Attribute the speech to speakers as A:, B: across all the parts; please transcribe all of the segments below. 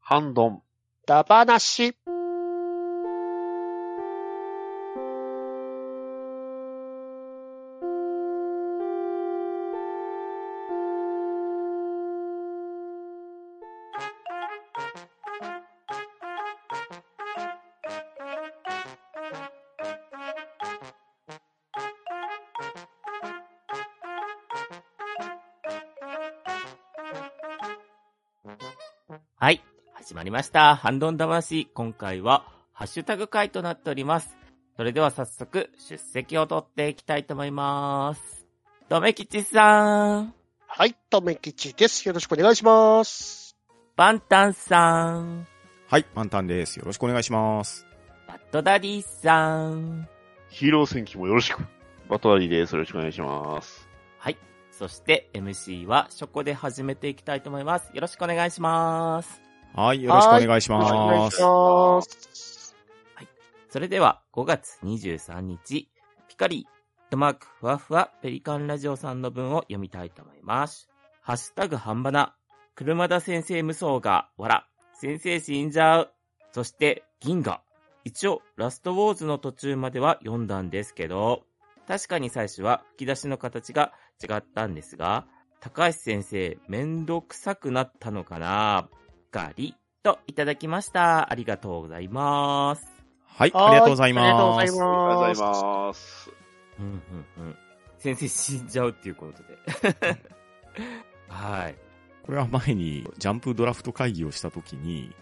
A: ハンドン。
B: ダバなし。
C: はい。始まりました。ハンドン魂。今回は、ハッシュタグ回となっております。それでは早速、出席を取っていきたいと思います。とめきちさん、
B: はい、とめきちです。よろしくお願いします。
C: バンタンさん、
D: はい、パンタンです。よろしくお願いします。
C: バッドダディさん、
A: ヒーロー戦記もよろしく。バトラリーです。よろしくお願いします。
C: はい。そして、MC は、ショコで始めていきたいと思います。よろしくお願いします。
D: はい、よろしくお願いし
B: よろしくお願
D: ま
B: いし
D: す。
B: ます。
C: それでは5月23日、ピカリ、とマークふわふわペリカンラジオさんの文を読みたいと思います。ハッシュタグ半ばな、車田先生無双が、わら、先生死んじゃう。そして、銀河。一応、ラストウォーズの途中までは読んだんですけど、確かに最初は吹き出しの形が違ったんですが、高橋先生、めんどくさくなったのかなガリといただきました。ありがとうございます。
D: はい、ありがとうござい
B: ありがとうご
D: ま
B: ざい
D: す。
A: ありがとうござ
B: ま
A: い
B: す。
A: ます。
C: うんうんうん。先生死んじゃうっていうことで。はい。
D: これは前にジャンプドラフト会議をした時に、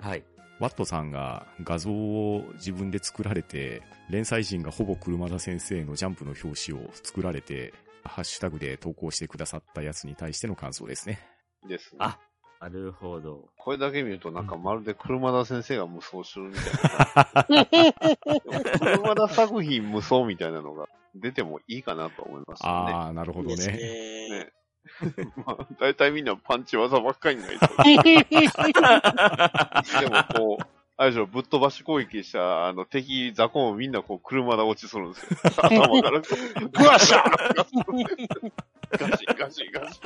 C: はい。
D: ワットさんが画像を自分で作られて、連載人がほぼ車田先生のジャンプの表紙を作られて、ハッシュタグで投稿してくださったやつに対しての感想ですね。
A: ですね。
C: あなるほど。
A: これだけ見るとなんかまるで車田先生が無双してるみたい な。車田作品無双みたいなのが出てもいいかなと思いますね。
D: あー、なるほど
B: です
D: ね。
B: ね。
A: まあ、大体みんなパンチ技ばっかりないと。でもこ う、あれでしょ、ぶっ飛ばし攻撃した、あの、敵、雑魚もみんなこう、車で落ちするん ですよ。頭から。
B: ぐわっしゃ
A: ガシンガシンガシ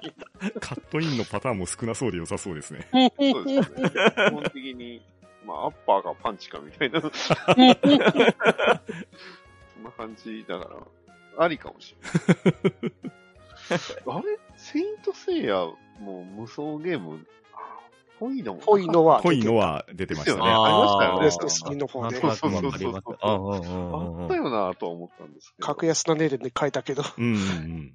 A: ン。
D: カットインのパターンも少なそうで良さそうですね。
A: そうですね。基本的に、まあ、アッパーかパンチかみたいな。そんな感じだから、ありかもしれない。あれセイントセイヤ、もう無双ゲーム、ぽいのも。
B: ぽいのは、
D: 濃いのは出てました
A: ですよ
D: ね。
A: ねありま
B: レ
A: し
B: ス
A: た
B: ト
A: よね
B: 3の方
C: なん
B: で
C: と。なくわかりましたあうんうん
A: あ
C: う
A: っ
C: ん
A: た
C: うん
A: よなとは思ったんですけど。
B: 格安な値段で書いたけど。
D: うんうんうん。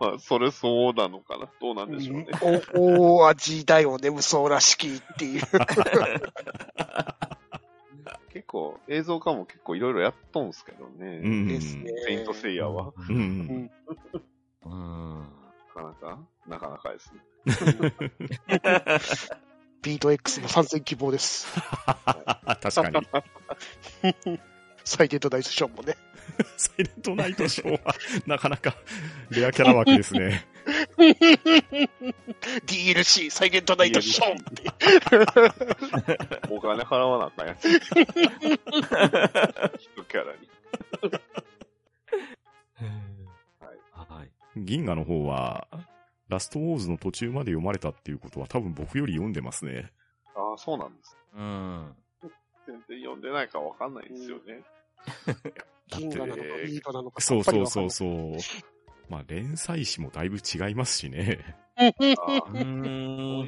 A: まあ、それそうなのかな。どうなんでしょうね。
B: お大味だよね、無双らしきっていう。
A: 結構、映像化も結構いろいろやっとんすけどね。
D: うんうん
B: ですね。
A: セイントセイヤは、
D: うんうん。
C: うん。うん
A: なかなか、なかなかですね。
B: ビート X も参戦希望です。
D: 確かに。
B: サイデントダイスショーもね。
D: サイレントナイトショーは、なかなか、レアキャラ枠ですね。
B: DLC、サイレントナイトショーって。
A: お金払わなあかんやつ。一キャラに。
C: はい。
D: 銀河の方は、ラストウォーズの途中まで読まれたっていうことは多分僕より読んでますね。
A: ああ、そうなんです。
C: うん。
A: 全然読んでないかわかんないんですよね。
D: だっ
B: 銀
D: て
B: 河なのか、ビートなのか。
D: そうそうそ
B: や
D: う
B: っ
D: そう。まあ連載誌もだいぶ違いますしね。
B: ぱりわかん
A: あ
B: ない。
A: あ
C: う。
A: そうん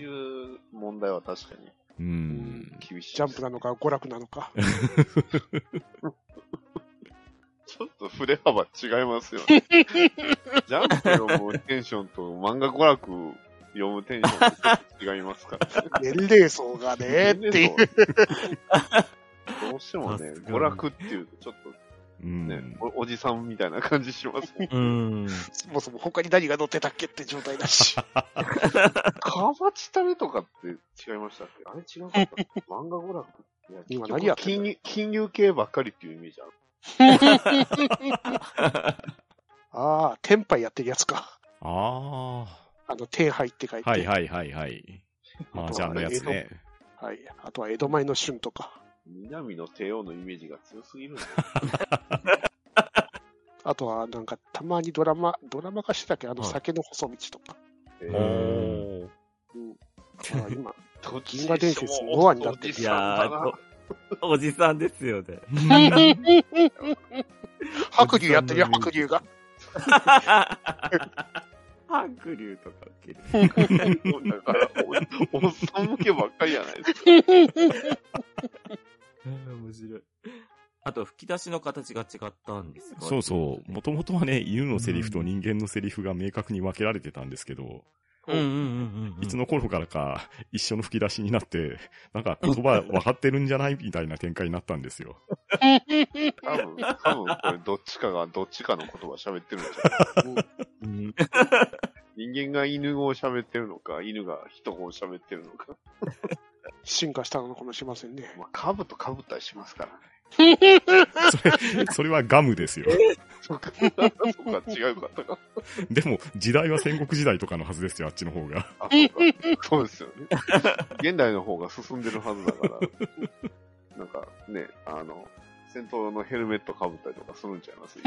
A: いう問題は確かに
D: う
B: うん
D: ん。
A: 厳しい。
B: ジャンプなの。か、娯楽なのか。
A: ちょっと筆幅違いますよ ね。ジャンプ読むテンションと漫画娯楽読むテンションってちょっと違いますから、ね。
B: 年齢層がね、っていう。
A: どうしてもね
C: さす、がに
A: 娯楽っていうとちょっ
D: う
A: と
D: ん
A: ね、おおじさんみたいな感じしますね。
C: うん。
B: そもそも他に何が載ってたっけって状態だ し。
A: カバチタレとかって違いましたっけあれ違うかった。漫画娯楽いや
B: 今何やってんだ
A: 金融金融系ばっかりっていうイメージある。
B: ああ、天杯やってるやつか。
D: あ
B: あの、天杯って書い
D: あ。
B: て。
D: はいはいはいはい。まあジャンのやつね。
B: はい。あとは江戸前の旬とか。
A: 南の帝王のイメージが強すぎるんだよ。
B: あとは、なんか、たまにドラマ、ドラマ 化してたっけあの、
C: はい
B: 酒の細道とか。
A: え
C: お
A: ー
C: ー
B: まあ今、
A: どっ
B: 銀河伝説ノアになってる
C: い
A: おじさん
C: やー
A: だ な。、
C: おおじさんですよ ね。
B: 白竜やってるよ、白竜が。
C: 白竜とか受ける。
A: だからお、おっさん向けばっかりじゃないですか。
C: 面白い。あと、吹き出しの形が違ったんですよ
D: そうそう。もともとはね、犬のセリフと人間のセリフが明確に分けられてたんですけど、
C: うんうんうんうん。
D: いつの頃からか 一緒の吹き出しになって、なんか言葉分かってるんじゃないみたいな展開になったんですよ。
A: 多分、多分これどっちかがどっちかの言葉喋ってるんじ ゃない
C: うん
A: 人間が犬語を喋ってるのか、犬が人語を喋ってるのか。
B: 進化したのかもしれませんね。
A: まあ、かぶとかぶったりしますから。
D: それ、 それはガムですよ。
A: そうか、 そうか、違うかったか。
D: でも、時代は戦国時代とかのはずですよ、あっちの方が。
A: あそうかそうですよ ね。現代の方が進んでるはずだから。なんかね、あの、戦闘のヘルメットかぶったりとかするんちゃいます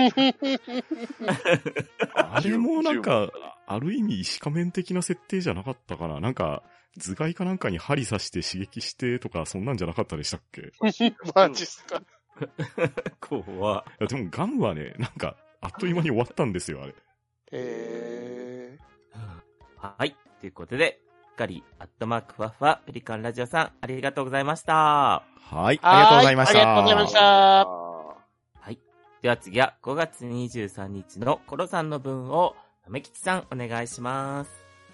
D: あれもなんか、ある意味石仮面的な設定じゃなかったかな。なんか、頭蓋かなんかに針刺して刺激してとか、そんなんじゃなかったでしたっ けい
B: マジっすか。
C: 怖
D: やでもガムはね、なんか、あっという間に終わったんですよ、あれ。
B: え
C: はい。ということで、しっかり、アットマークふわふわ、ペリカンラジオさん、ありがとうございました。
D: はい、
B: ー、ありがとうございました。
A: あ
C: では次は5月23日のコロさんの分を、めきちさんお願いします。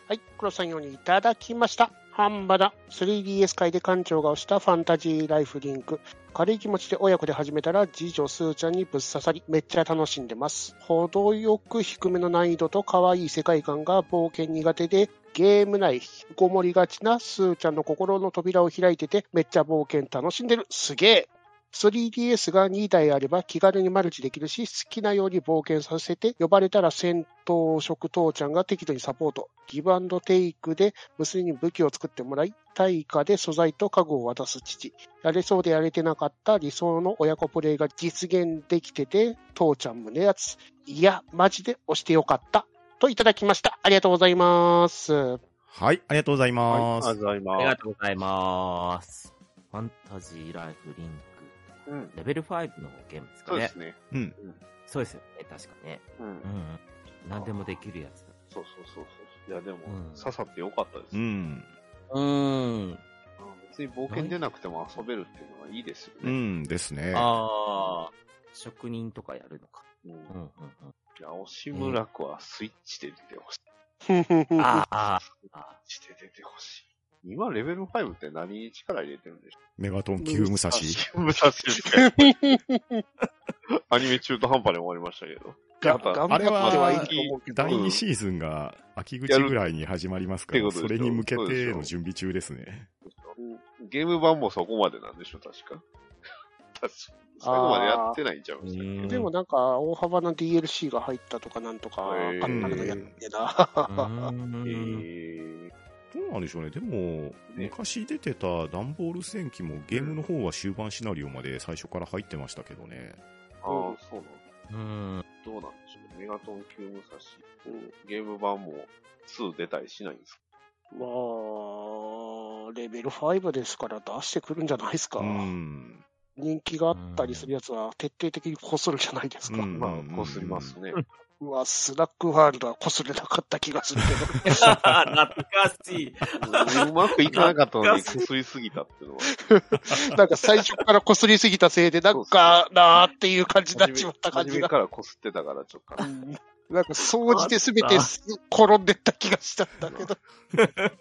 B: はい、黒さんよりいただきました。ハンバダ、3DS 界で館長が押したファンタジーライフリンク。軽い気持ちで親子で始めたら、次女スーちゃんにぶっ刺さり、めっちゃ楽しんでます。程よく低めの難易度と可愛い世界観が冒険苦手で、ゲーム内引きこもりがちなスーちゃんの心の扉を開いてて、めっちゃ冒険楽しんでる。すげえ 3DS が2台あれば気軽にマルチできるし、好きなように冒険させて、呼ばれたら戦闘職父ちゃんが適度にサポート。ギブアンドテイクで娘に武器を作ってもらい、対価で素材と家具を渡す父。やれそうでやれてなかった理想の親子プレイが実現できてて、父ちゃん胸熱。いや、マジで押してよかった。といただきました。ありがとうございます。
D: はい、ありがとうござい
A: あ。
D: ま
A: はいありがとう
D: す。
A: ござ
C: あり
A: いま
C: が
A: す。
C: とうございます。ファンタジーライフリン
A: うん
C: ク、レベル5のゲームですか
A: そうで
C: ね
A: す。ね。
D: うん。
C: そうですよね、確かね。
A: うん
C: う。んうん。何でもできるやつだ。
A: そうそうそうそう。いや、でも、
C: うん
A: 刺さってよかったです。
D: うん。
C: うーん。
A: うん別に冒険出なくても遊べるっていうのはいいですよ
D: う
A: ね。
D: んですね。
C: ああ、職人とかやるのか。
A: うん
C: うんうん
A: いや、押村区はスイッチで出てほしい。
C: うん。あーあー、あ
A: スイッチで出てほしい。今、レベル5って何に力入れてるんでしょ
D: メガトン級武蔵
A: う。武蔵アニメ中途半端で終わりましたけど。
B: が
A: また
B: 頑張
D: あ
B: っ
D: れ
B: てはい
D: は
B: ると思うけ、ど。
D: 第2シーズンが秋口ぐらいに始まりますか
A: や
D: ら、
A: るって
D: そ
A: ことで
D: れ
A: しょ
D: に向け
A: そうで
D: て
A: しょ
D: の準備中ですね。
A: ゲーム版もそこまでなんでしょ、確 か。確か。最後までやってないんちゃいましたっ
C: うん
A: け
B: でもなんか、大幅な DLC が入ったとかなんとか、
A: へー
B: あんなのやって
C: あ。う
B: な。
C: ー
A: え
C: ん
A: ー
D: どうなんでしょうね。でも、昔出てた段ボール戦記もゲームの方は終盤シナリオまで最初から入ってましたけどね。
A: ああ、そうなの
C: うーん。
A: どうなんでしょうね。メガトン級武蔵。うんゲーム版も2出たりしないんですか
B: まあ、レベル5ですから出してくるんじゃないですか。
D: うん。
B: 人気があったりするやつは徹底的にこするじゃないですか。
D: うん
A: まあ、こすりますね。
B: うわ、スラックワールドはこすれなかった気がする けど。
C: 懐かしい。
A: うまくいかなかったのに、こすりすぎたっていうのは、
B: なんか最初からこすりすぎたせいで、なんかなーっていう感じになっちまった感
A: 初
B: じ
A: め
B: が。
A: からこすってたから、ちょっと。
B: なんか掃除で全て転んでった気がしたんだけど。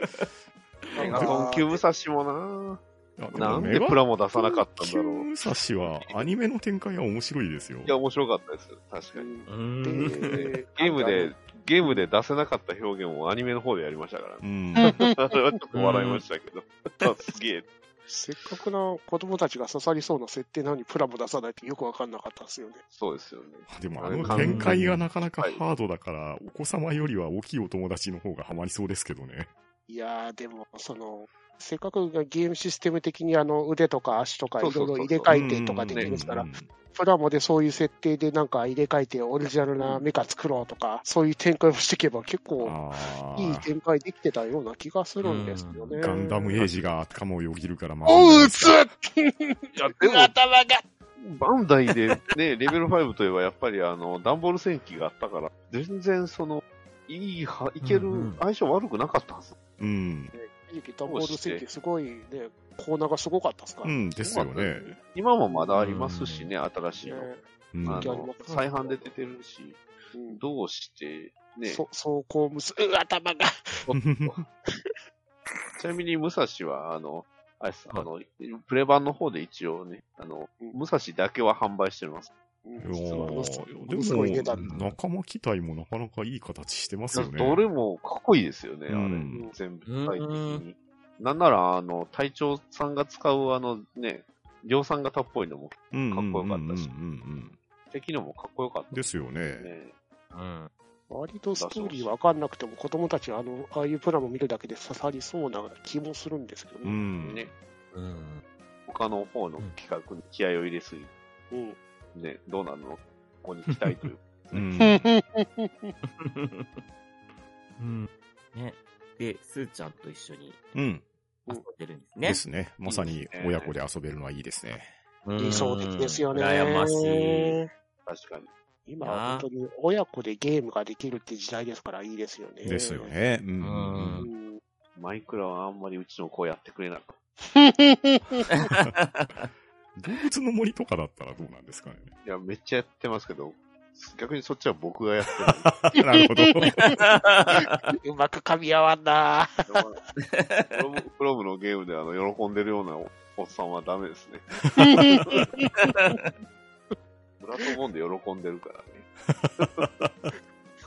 A: メ ガトン級武蔵も
D: いやで
A: な
D: も
A: なん
D: メ
A: で
D: ガ
A: プラも出さなかったんだろう。
D: 武蔵はアニメの展開は面白いですよ
A: い。や、面白かったですよ。確かに。
C: うーん。
B: で
A: ゲームで、ゲームで出せなかった表現をアニメの方でやりましたから
D: う、ん。
A: ね。あれはちょっと笑いましたけど。あすげえ。
B: せっかくな子供たちが刺さりそうな設定なのにプラも出さないってよくわかんなかったですよね。
A: そうですよね。
D: でもあの展開がなかなかハードだから、お子様よりは大きいお友達の方がハマりそうですけどね。
B: いやー、でも、その、せっかくゲームシステム的にあの腕とか足とかい
A: そ
B: ろ
A: う
B: い
A: そうそうそう
B: ろ入れ替えてとかできるから、プラモでそういう設定でなんか入れ替えてオリジナルなメカ作ろうとか、そういう展開をしていけば結構いい
D: い
B: 展開できてたような気がするんですよね。
D: ガンダムエイジが頭をよぎるから、ま
B: おう、撃つ
A: でも
B: 頭が
A: バンダイで、ね、レベル5といえばやっぱりあの、ダンボール戦記があったから、全然その、いいは、いける、
C: うんうん
A: 相性悪くなかったはず。
D: うん。
B: 一時期ダンボール設計すごいね、コーナーがすごかったですか
D: う
B: らね。
D: ん、ですよね。
A: 今もまだありますしね、新しいの。
D: うん
B: 人
A: あ
B: 気あり
A: の
B: ます
A: 再販で出てるし、
B: うん
A: どうして、ね、
B: そ走行無数、う頭が。
A: ちなみに武蔵は、あの、あれです、
C: はい
A: あの、プレ版の方で一応ね、あの、武蔵だけは販売してます。
B: うん
D: いやー
B: ものすごい値
D: で
B: 段
D: も、仲間機体もなかなかいい形してますよね。
A: どれもかっこいいですよね、あれ。
D: うん
A: 全部、
C: うん
A: 体的に。なんなら、あの、隊長さんが使う、あのね、量産型っぽいのも、
D: うん
A: かっこよかったし
D: うんうんうん
A: 敵のもかっこよかっ
D: うん
A: た
D: で
A: で
D: すよ
A: す
D: ね。
A: ね。
C: うん。
B: 割とストーリーわかんなくても子供たちはあの、ああいうプラモ見るだけで刺さりそうな気もするんですけど
D: う
B: ね。
D: ん。
A: ね
C: うん。
A: 他の方の企画に気合を入れすぎ
B: うん。
A: て、ね、どうなんのここに期待という。
D: うん
C: うん。ね。で、すーちゃんと一緒に
D: うん。
C: 遊んでるんですね
D: で。すね。まさに親子で遊べるのはいいですね。
C: うん
B: 理想的ですよね。
C: 羨ましい。
A: 確かに。
B: 今は本当に親子でゲームができるって時代ですからいいですよね。
D: ですよ。ね。うん
B: う。
C: うん
A: マイクラはあんまりうちの子やってくれなかった。
D: 動物の森とかだったらどうなんで すかね。
A: いや、めっちゃやってますけど、逆にそっちは僕がやってる。
D: なるほど。
B: うまく噛み合わんな。
A: プロムプロムのゲームであの喜んでるようなおおっさんはダメ ですね。プラットフォンで喜んでるからね。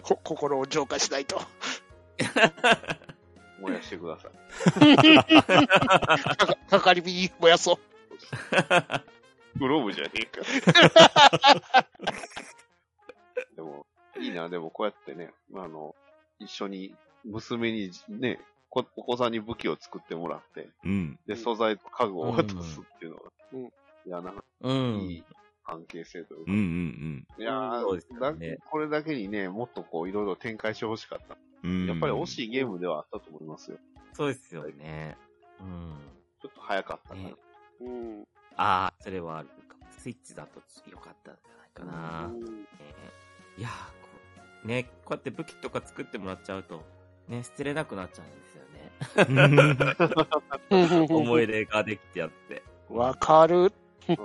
B: こ心を浄化しないと。
A: 燃やしてください。
B: かかかかり火に燃やそう。
A: プロムじゃねえか。 でも、いいな、でもこうやってね、まあ、あの、一緒に娘にね、こお子さんに武器を作ってもらって、
D: うん。
A: で、素材と家具を渡すっていうのは、
B: うん
A: いや、なんか
C: うん。
A: いい関係性という
D: う
A: か
D: んうんう、ん
A: いやー
C: そうですよね
A: だこれだけにね、もっとこう、いろいろ展開してほしかった。
D: うん。
A: やっぱり惜しいゲームではあったと思いますよ。
C: そうですよね。うん。
A: ちょっと早かったか
C: ね
A: な。
B: うん。
C: ああ、それはあるかも。スイッチだと良かったんじゃないかな。
B: うん
C: ねいやーこう、ね、こうやって武器とか作ってもらっちゃうと、ね、捨てれなくなっちゃうんですよね。思い出ができてやって。
B: わかる。
A: うん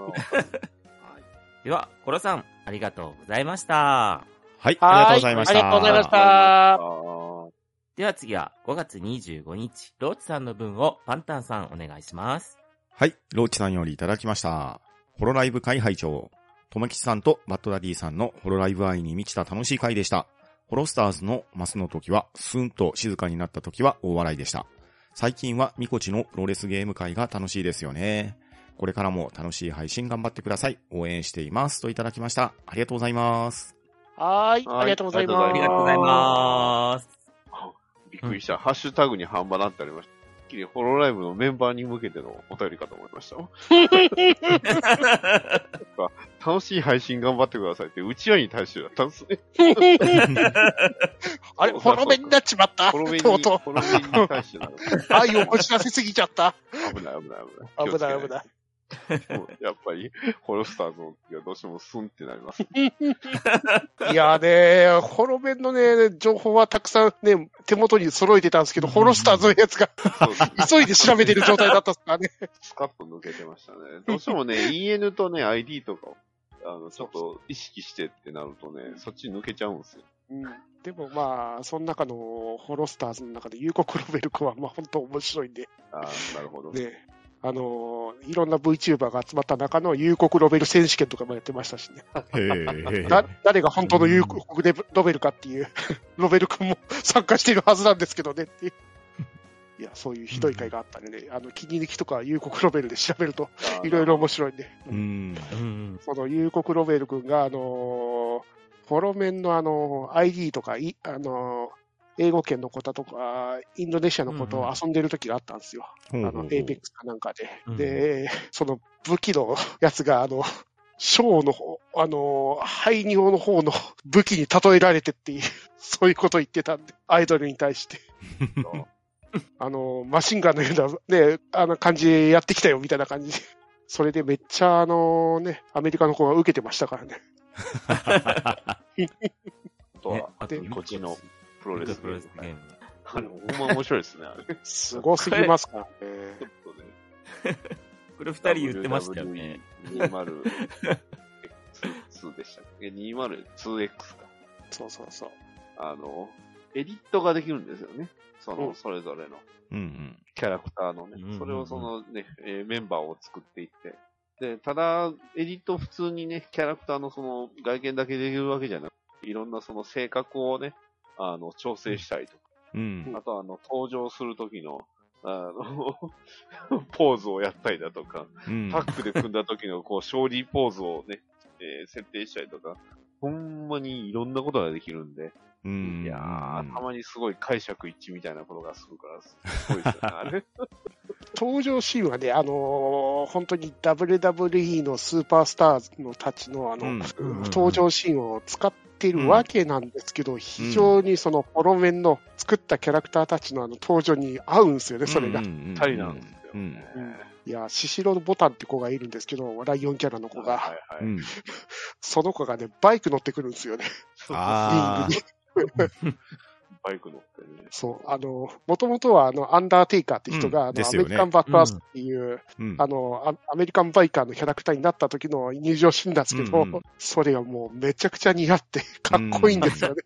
C: では、コロさん、ありがとうございました。
D: はい、ありが
B: は
D: とう
B: い
D: ございました。
B: ありがとうございました
A: あ
B: あ
A: ー
C: では次は5月25日、ローチさんの分をパンタンさんお願いします。
D: はい、ローチさんよりいただきました。ホロライブ会拝聴ともきちさんとバッドダディさんのホロライブ愛に満ちた楽しい会でした。ホロスターズのマスの時は、スーンと静かになった時は大笑いでした。最近はミコチのプロレスゲーム会が楽しいですよね。これからも楽しい配信頑張ってください。応援しています。といただきました。ありがとうございます。
B: はーい。
A: はい
B: ありがとうございます。
A: あ
C: ありがとうございます。
A: びっくりした。ハッシュタグに半端なんてありました。てっきりホロライブのメンバーに向けてのお便りかと思いました。楽しい配信頑張ってくださいって、うちわに対してだったんですね。
B: あれ、滅べになっちま った。
A: ホロメに、
B: とうと
A: ホロメに対 してなの。
B: う。愛をこじらせすぎちゃった。
A: 危ない危ない危な
B: 危
A: い。
B: ない危ない。
A: い。やっぱり、ホロスターズの時はどうしてもスンってな ります。
B: いやーね、ホロベンのね、情報はたくさんね、手元に揃えてたんですけど、
D: うん
B: ホロスターズのやつが
A: そうそ
B: 急
A: う
B: いで調べてる状態だったっすからね。
A: スカッと抜けてましたね。どうしてもね、EN とね、ID とかを、あの、ちょっと意識してってなるとね、そっち抜けちゃうんですよ。
B: うんでもまあ、その中のホロスターズの中で、有効ロベル君はまあ本当面白いんで、
A: ああ、なるほど。
B: ね、あのーいろんな VTuber が集まった中の有効ロベル選手権とかもやってましたしね。
D: へえ
B: だ誰が本当の有効ロベルかって いう、ロベル君も参加しているはずなんですけどねっていう。いや、そういうひどい回があったんでね、あの、切り抜きとか有効ロベルで調べると、
A: あー
B: いろいろ面白いんで。
D: うん。
C: うん。
B: その、有国ロベル君が、あのーフォロメンのあのー ID とか、いあのー英語圏の子だとか、インドネシアの子
C: うんう
B: と
C: ん
B: 遊んでる時があったんですよ。
D: ほうほ
B: あ
D: うほ
B: の
D: う、
B: エイペックスかなんかで。
C: うん
B: で、その武器のやつが、あの、ショーの方、あの、排尿の方の 武器に例えられてっていう、 そういうこと言ってたんで、アイドルに対して。あの、マシンガンのような、ね、あの感じでやってきたよ、みたいな感じで。それでめっちゃ、あのね、アメリカの子が受けてましたからね。
A: あとは、
C: あと
A: こっちのプロレス
C: プロレスゲ
A: ゲー
C: ー
A: ム。
C: ム。
A: あの、ほんま面白いですね、あれ。ち
B: すごすぎますからね。
A: ょっとね
C: これ二人言ってましたよね。。
A: 20X2 でしたっけ ?202X か。
B: そうそうそう。
A: あの、エディットができるんですよね。その、
B: うん
A: それぞれの
D: うんうん。
A: キャラクターのね
C: うんうんうん。
A: それをそのね、えーメンバーを作っていって。で、ただ、エディット普通にね、キャラクターのその外見だけできるわけじゃなくいろんなその性格をね、あの、調整したりとか、
D: うん。
A: あとはあの、登場する時の、あの、 ポーズをやったりだとか、
D: うん
A: タックで組んだ時のこう、勝利ポーズをね、えー設定したりとか、ほんまにいろんなことができるんで、
D: うん
A: いやー、たまにすごい解釈一致みたいなことがするから、すごいですよね、あれ。
B: 登場シーンはね、あのー本当に WWE のスーパースターのたちのあの、
D: うん
C: うん
B: 登場シーンを使ってるわけなんですけど、非常にそのフォロメンの作ったキャラクターたちのあの登場に合うんですよね、それが。
D: うんうんうん
A: たりなんですよ
D: う
A: ね
D: ん。
B: いや、シシロボタンって子がいるんですけど、ライオンキャラの子が、
A: はいはい
D: うん
B: その子がね、バイク乗ってくるんですよね、
D: あ
B: リングに。
A: バイク乗ってね。
B: そう、あの、もともとはあの、アンダーテイカーって人が、
D: う
B: あ
D: ん
B: の、
D: です
B: ア
D: よ
B: メ
D: ね
B: リカンバックアースっていう、
D: うん
B: あのア、アメリカンバイカーのキャラクターになった時の入場シーンなんですけど、
D: うんうん
B: それがもうめちゃくちゃ似合って、かっこいいんですよね。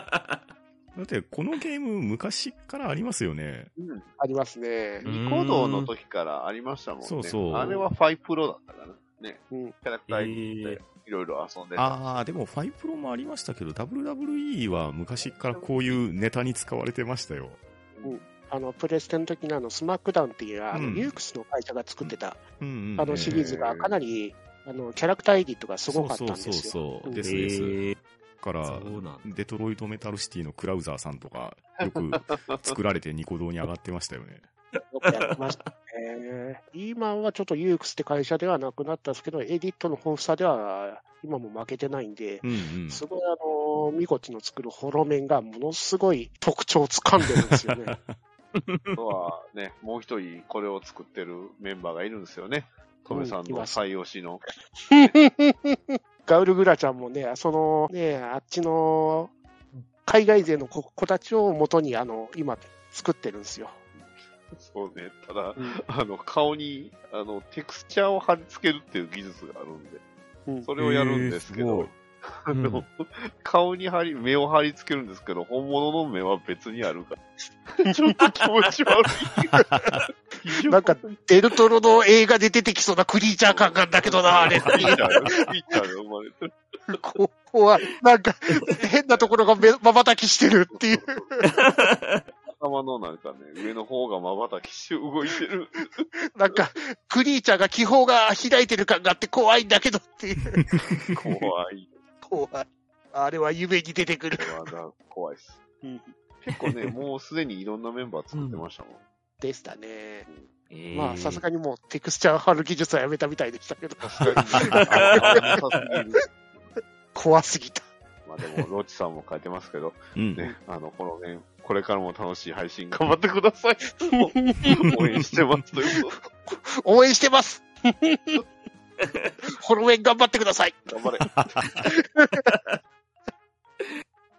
D: だって、このゲーム、昔からありますよね。
A: うん。
B: ありますね。
A: ニコ動の時からありましたもんね。
D: そうそう
A: あれはファイプロだったかな。ね。
B: うん
A: キャラクターによっていろいろ遊んでた。
D: ああ、でも、ファイプロもありましたけど、WWE は昔からこういうネタに使われてましたよ。
B: あの、プレステの時のあの、スマックダウンっていう、あ
D: う
B: の、
D: ん
B: ユークスの会社が作ってた、
D: うんうん。
B: あのシリーズがかなり、あの、キャラクターエディットがすごかったんです
D: そう
B: よ。
D: そうそうそう。
B: うん
D: ですです。
C: えー
D: だから
C: そうなんだ、
D: デトロイトメタルシティのクラウザーさんとか、よく作られてニコ動に上がってましたよね。
B: よくやってましたね。今はちょっとユークスって会社ではなくなったんですけど、エディットの豊富さでは、今も負けてないんで、
D: うんうん。
B: すごいあの、ミコチの作るホロメンがものすごい特徴を掴んでるんですよね。
A: あとはね、もう一人これを作ってるメンバーがいるんですよね。トメさん
B: うんい
A: の
B: ます
A: 最推しの。
B: ガウルグラちゃんもね、そのね、あっちの海外勢の子子たちを元にあの、今作ってるんですよ。
A: そうね。ただ、あの、顔に、あの、テクスチャーを貼り付けるっていう技術があるんで、
B: うん
A: それをやるんですけ
D: えーすご
A: ど、
D: い
A: あの、顔に貼り、目を貼り付けるんですけど、本物の目は別にある から。ちょっと気持ち悪い。
B: なんか、デルトロの映画で出てきそうなクリーチャー感なんだけどな、あれ。
A: ピッチャーがピッチャーが生まれてる。
B: ここは、なんか、変なところがめ瞬きしてるっていう。
A: 頭のなんかね、上の方が瞬きして動いてる。
B: なんか、クリーチャーが気泡が開いてる感があって怖いんだけどっていう。
A: 怖い。
B: 怖い。あれは夢に出てくる
A: こ。れはな怖いっす
B: うん。
A: 結構ね、もうすでにいろんなメンバー作って ましたもん。
B: でしたね。
C: えー
B: まあ、さすがにもうテクスチャー貼る技術はやめたみたいでしたけど、
A: 確かに。
B: 怖すぎた。
A: まあでも、ロッチさんも書いてますけど、
D: うん。
A: ね、あの、このね、これからも楽しい配信頑張ってください。応援してますというこ
B: 応援して ます。ホロウェン頑張ってください。
A: と。頑張れ。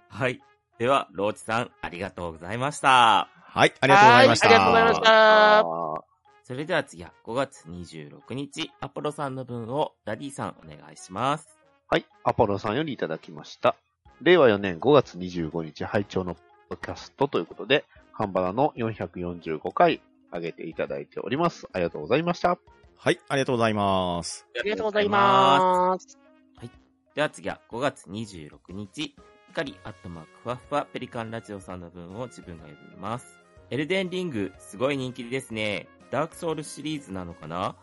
C: はい。では、ローチさん、ありがとうございました。
D: はい、ありがとうございました。
B: はありがとうございまし
A: あ
B: た。
A: ー
C: それでは次は5月26日、アポロさんの分をダディさんお願いします。
A: はい。アポロさんよりいただきました。令和4年5月25日、拝聴のポッドキャストということで、ハンバラの445回上げていただいております。ありがとうございました。
D: はい、ありがとうございます。
B: ありがとうございます。
C: では次は5月26日、光アットマークふわふわペリカンラジオさんの文を自分が読みます。エルデンリング、すごい人気ですね。ダークソウルシリーズなのかな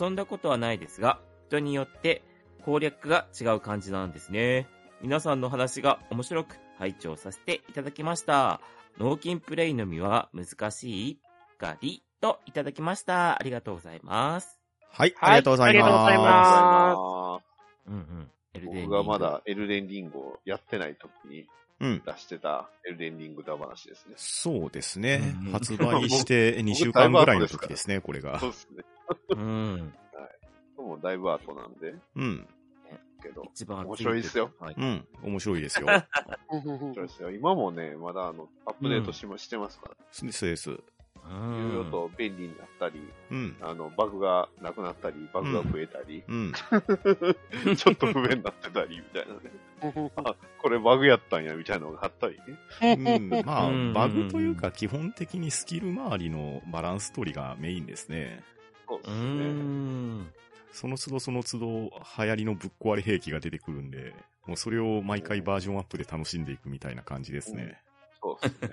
C: 遊んだことはないですが、人によって攻略が違う感じなんですね。皆さんの話が面白く、拝聴させていただきました。脳筋プレイの実は難しいガリといただきました。ありがとうございます。
D: はい、
B: はい
D: ありがとうござい
B: あり
D: ます。
B: がとうございます
C: うんうん。エルデンリン
A: 僕
C: グ
A: がまだエルデンリングをやってない時に
D: うん。
A: 出してたエルデンリングだ話ですね。
D: そうですね
C: うん。
D: 発売 して2週間ぐらいの時ですね、これが
A: そう。ですね。
C: うん。
A: もうだいぶ後なんで、
D: うん。
A: けど、
C: 一番熱
A: 面白いですよ。
C: はい
D: うん。面白い ですよ。
A: 面白いですよ。今もね、まだあの、アップデートし,、してますから、
D: そうですそうです。
C: う
A: い
C: ん
A: ろいろと便利になったり、
D: うん。
A: あの、バグがなくなったり、バグが増えたり、
D: うん。
A: ちょっと不便になってたり、みたいなね。これバグやったんや、みたいなのがあったりね。
D: うん、
C: う
D: まあ、
C: ん
D: バグというか、基本的にスキル周りのバランス取りがメインですね。
A: そうで
C: う
A: すね。
C: ん。
D: その都度その都度、流行りのぶっ壊れ兵器が出てくるんで、もうそれを毎回バージョンアップで楽しんでいくみたいな感じですね。
A: そうですね。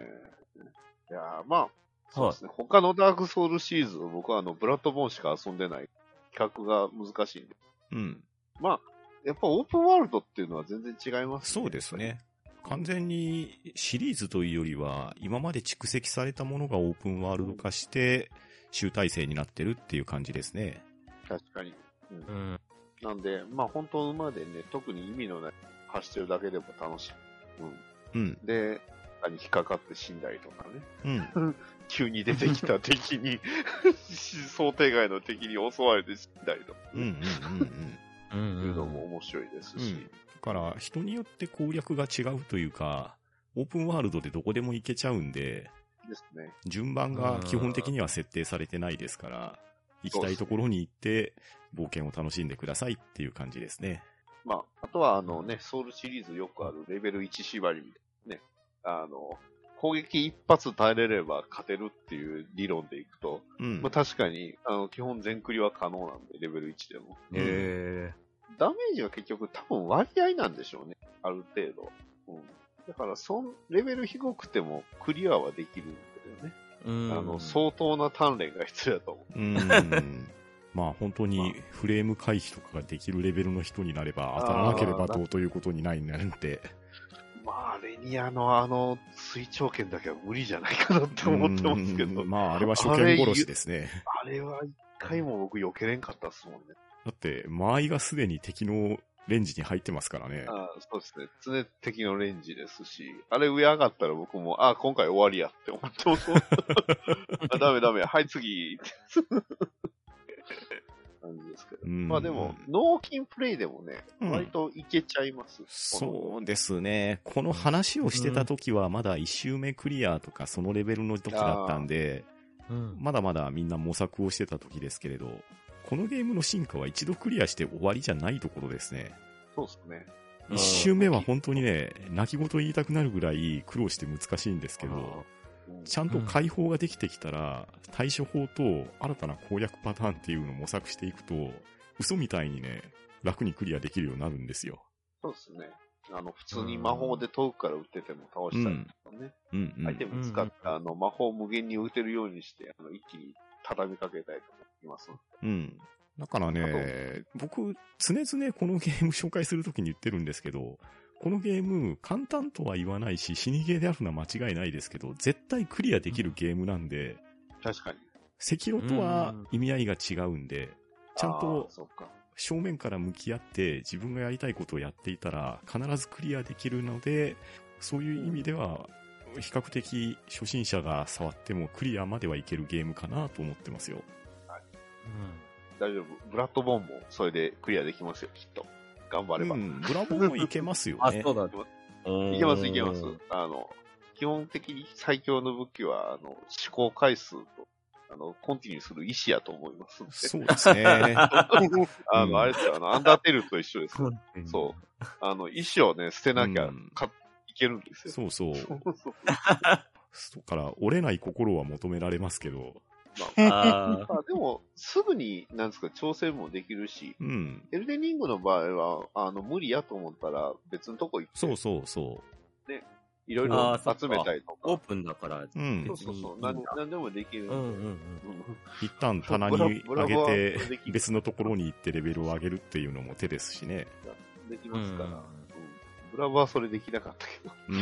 A: いやーまあ、そうですね。他のダークソウルシリーズを僕はあの、ブラッドボーンしか遊んでない。企画が難しいんで。
D: うん。
A: まあ、やっぱオープンワールドっていうのは全然違います、
D: そうですね。完全にシリーズというよりは、今まで蓄積されたものがオープンワールド化して、集大成になってるっていう感じですね。
A: 確かに。うん
C: うん。
A: なんで、まあ本当馬でね、特に意味のない走ってるだけでも楽しい。
D: う
A: う
D: ん、
A: ん。で、何に引っかかって死んだりとかね。
D: うん、
A: 急に出てきた 敵に、想定外の敵に襲われて死んだりとか、
D: うん、うん、うん。うん
C: うん。
A: いううんのも面白いですし。
D: うんだから、人によって攻略が違うというか、オープンワールドでどこでも行けちゃうんで、
A: ですね。
D: 順番が基本的には設定されてないですから、行きたいところに行って、冒険を楽しんでくださいっていう感じですね。
A: まあ、あとはあのね、ソウルシリーズよくあるレベル1縛りみたいなね。あの、攻撃一発耐えれれば勝てるっていう理論でいくと、
D: うん
A: まあ、。確かに、あの、基本全クリは可能なんで、レベル1でも。
D: うん
C: へ
A: ダメージは結局多分割合なんでしょうね。ある程度。うん、だから、そん、レベル低くてもクリアはできるんだよね。
C: ーうん。
A: あの、相当な鍛錬が必要だと思う。
D: うん。まあ本当にフレーム回避とかができるレベルの人になれば当たらなければどうということにないなんて。
A: まあ、レニアのあの、水長剣だけは無理じゃないかなって思ってますけど、
D: うんまああれは初見殺しですね。
A: あれは一回も僕避けれんかったっすもんね。
D: だって間合いがすでに敵のレンジに入ってますからね。
A: ああそうですね。常敵のレンジですし、あれ上上がったら僕も、ああ、今回終わりやって思っ てます。あダメダメ、はい次。感じですけど。
D: うん
A: まあでも、脳筋プレイでもね、
D: うん
A: 割といけちゃいます。
D: そうですね。この話をしてた時はまだ一周目クリアとかそのレベルの時だったんで、
C: うん。
D: まだまだみんな模索をしてた時ですけれど、このゲームの進化は一度クリアして終わりじゃないところですね。
A: そうですね。
C: うん
D: 一周目は本当にね、泣き言言いたくなるぐらい苦労して難しいんですけど、
A: うん
D: ちゃんと解放ができてきたら、対処法と新たな攻略パターンっていうのを模索していくと、嘘みたいにね、楽にクリアできるようになるんですよ。
A: そうですね。あの、普通に魔法で遠くから撃ってても倒したりとかね。
D: うんうん。
A: アイテム使って、あの、魔法を無限に撃てるようにして、あの、一気に畳みかけたりとかできます。
D: うん。だからね、僕、常々このゲーム紹介するときに言ってるんですけど、このゲーム、簡単とは言わないし、死にゲーであるのは間違いないですけど、絶対クリアできるゲームなんで、
A: 確かに。
D: 赤色とは意味合いが違うんで、ちゃんと
A: あーそっか。
D: 正面から向き合って自分がやりたいことをやっていたら必ずクリアできるので、そういう意味では、比較的初心者が触ってもクリアまではいけるゲームかなと思ってますよ。
A: 大丈夫。ブラッドボーンもそれでクリアできますよ、きっと。頑張れば。
D: う
A: い
D: ん、ブラボーもいけます よね。
C: あ、そうだ。
A: けます、いけます
C: うん。
A: あの、基本的に最強の武器は、あの、試行回数と、あの、コンティニューする意志やと思いますんで。
D: そうですね。
A: あ
D: うん
A: の、あれですよ、あの、アンダーテルと一緒です。そう。あの、意志をね、捨てなきゃ、
D: うん
A: かいけるんですよ。
D: そうそう。
A: そうそう。
D: だから、折れない心は求められますけど。
C: あ
A: まあでも、すぐに、なんですか、調整もできるし、
D: うん。
A: エルデンリングの場合は、あの、無理やと思ったら、別のとこ行って、
D: そうそうそ
A: いろい
C: あ
A: ろ
C: ーそっか
A: 集めたりと
C: オー
A: か。
C: プンだから。
D: う。うん
A: そ。うそうそう。
C: 別にいいんだ
A: なんなんでもでき
C: う
A: る。
C: んうん
A: うん
D: 一旦棚に上げて、別のところに行ってレベルを上げるっていうのも手ですしね。
A: できますから。
C: うん
A: うんグラブはそれできなかったけど。
D: うん。
C: う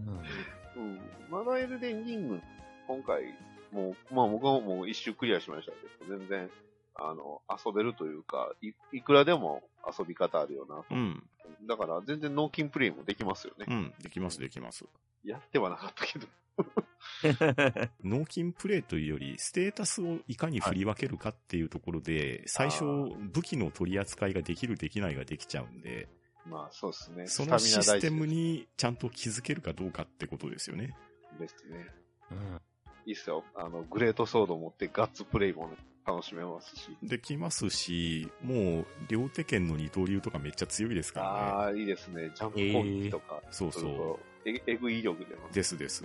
C: ん
A: うん。マナエルデンリング、今回、もう、まあ僕はもう一周クリアしましたけど、全然、あの、遊べるというか、いいくらでも遊び方あるよな。
D: うん。
A: だから全然納金プレイもできますよね。
D: うん。できます、できます。
A: やってはなかったけど。
D: 納金プレイというより、ステータスをいかに振り分けるかっていうところで、最初
A: あー、
D: 武器の取り扱いができる、できないができちゃうんで、
A: まあそうですね。
D: その
A: スタミナ
D: シ
A: 大事
D: ステムにちゃんと気づけるかどうかってことですよね。
A: ですね。
C: うん
A: いいっすよ。あの、グレートソード持ってガッツプレイも、ね、楽しめますし。
D: できますし、もう、両手剣の二刀流とかめっちゃ強いですからね。
A: ああ、いいですね。ジャンプ攻撃とか、
D: そう
A: する
D: そ
A: とえ、えぐい威力出ま
D: う。
A: す。
D: ですです。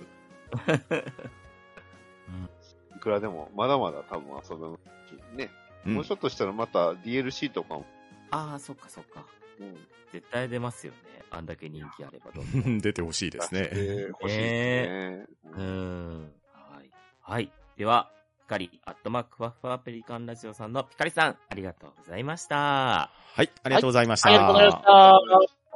A: いくらでも、まだまだ多分遊べますしね。
D: うん
A: もうちょっとしたらまた DLC とかも、
C: ああ、そっかそっか。
A: うん、
C: 絶対出ますよね。あんだけ人気あればどん
D: 出てほしいですね。
A: 出してほしいですね。
C: どん。うん。はい。はい。では、ピカリ、アットマーク、ふわふわペリカンラジオさんのピカリさん、ありがとうございました。
D: はい、ありがとうございました。
B: ありがとうございまし
A: あ
B: た。
A: あ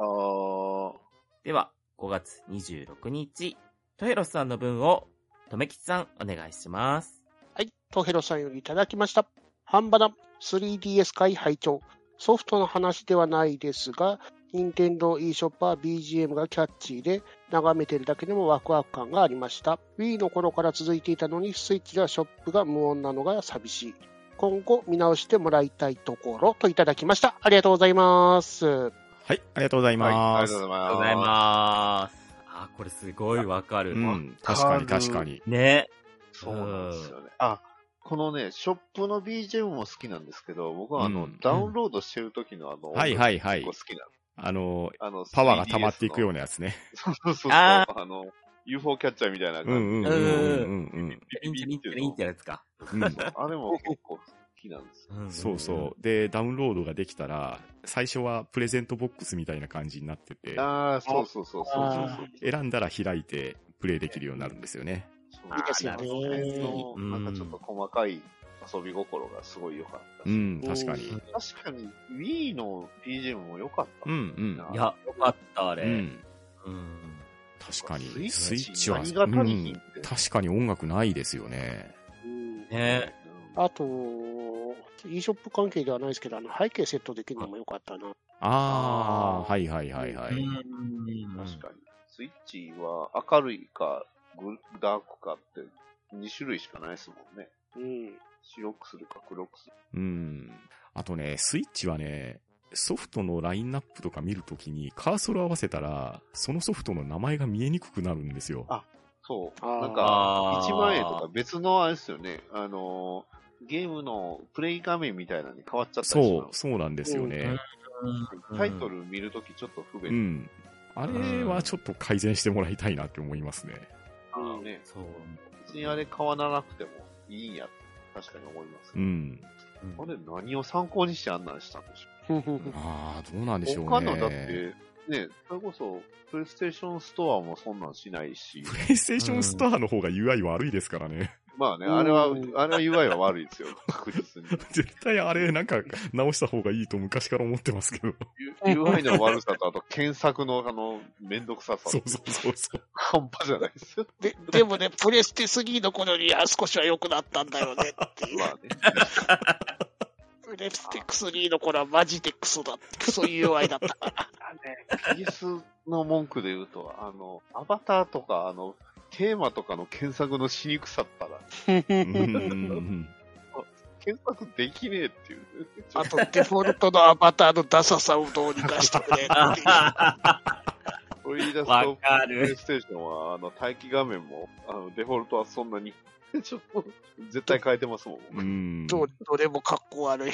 A: ー、
C: では、5月26日、トヘロスさんの分を、とめきちさん、お願いします。
B: はい、トヘロさんよりいただきました。ハンバナ 3DS 会拝聴ソフトの話ではないですが、任天堂 e ショップは BGM がキャッチーで、眺めてるだけでもワクワク感がありました。Wii の頃から続いていたのに、スイッチではショップが無音なのが寂しい。今後見直してもらいたいところといただきました。ありがとうございます。
D: はい、ありがとうござい
A: はい、あ
D: ま
A: り
D: す
A: がと。うご
C: ありがとうご
A: ざ
C: ざ
A: い
C: い
A: ま
C: ます。あー、これすごいわかる。
D: うん、確かに確かに。
C: ね。
A: す。そうなんですよね。あ、このね、ショップの BGM も好きなんですけど、僕はあの、
D: うん
A: ダウンロードしてる時のあの、
D: はいはいはい
A: 結構好きなの。
D: あの、
A: あの、
D: パワーが溜まっていくよう
A: な。
D: なや つね。
A: そうそうそう。あ
C: あ
A: の、UFO キャッチャーみたいな
D: うんうん
A: 感
D: うん
A: じ
D: う
A: で。
D: んうん
C: リンチリンチリンってやつか。
D: うんうん。
A: あれも結構好きなんですよ。
C: ん
D: そうそう。で、ダウンロードができたら、最初はプレゼントボックスみたいな感じになってて、
A: ああ、そうそうそうそうそう
B: あ
A: そう。
D: 選んだら開いてプレイできるようになるんですよね。
A: そう
B: いいですよね
A: あのなんかちょっと細かい遊び心がすごい良かった
D: う
A: し。
D: ん、確かに。
A: 確かに Wii の BGM も良かった
D: うんうん。
C: いや、よかった、あ
D: う
C: れ。
D: ん。
C: うん
D: 確か
A: スイッ
D: に。
A: チ
D: スイッチは、う
A: 何が足りひん
D: ん
A: って、
D: 確かに音楽ないですよね。
B: うん
C: ね
A: あ
B: あと、e ショップ関係ではないですけど、あの背景セットできるのも良かったな。
D: あー、はいはいはいは
C: う
D: い。
C: ん
A: 確かに。スイッチは明るいかグダークかって2種類しかないですもんね。
B: うん。
A: 白くするか黒くするか。
D: うん。あとね、スイッチはね、ソフトのラインナップとか見るときにカーソル合わせたら、そのソフトの名前が見えにくくなるんですよ。
A: あそう。
B: あー
A: なんか、1万円とか別のあれですよね。あのー、ゲームのプレイ画面みたいなのに変わっちゃったりし
D: そ
A: ま
D: う、そうなんですよね。
A: す。タイトル見るときちょっと不
D: う
A: 便。
D: ん。あれはちょっと改善してもらいたいなって思いますね。
A: あーね、
C: そう。
A: 別にあれ変わらなくてもいいんやって確かに思います
D: う。ん。
A: あれ何を参考にしてあんなんしたんでしょ
D: ああ、どうなんでしょうね。
A: 他のだって、ね、それこそ、プレイステーションストアもそんなんしない し、
D: プレイステーションストアの方が UI 悪いですからね。
A: まあね、あれは、あ
B: うん
A: れは UI は悪いですよ、確実に。
D: 絶対あれ、なんか直した方がいいと昔から思ってますけど。
A: U- UI の悪さと、あと検索のあの、めんどくささ
D: そ、うそうそうそう。
A: 半端じゃないですよ。
B: ででもね、プレステ3の頃よりは少しは良くなったんだよねっていう
A: ま。あね。
B: プレステ3の頃はマジでクソだって、クソ UI だったから。
A: イギリスの文句で言うと、あの、アバターとか、あの、テーマとかの検索のしにくさったら、
D: うんうんうん
A: 検索できねえっていう。
B: あと、デフォルトのアバターのダサさをどうにかしてくれっていう。
A: そう言い出す
C: わ
A: と、
C: か
A: プレイ
C: る。
A: ステーションは、あの、待機画面も、あの、デフォルトはそんなに、 ちょっと、絶対変えてますもん。
D: うんうん。
B: どどれも格好悪い。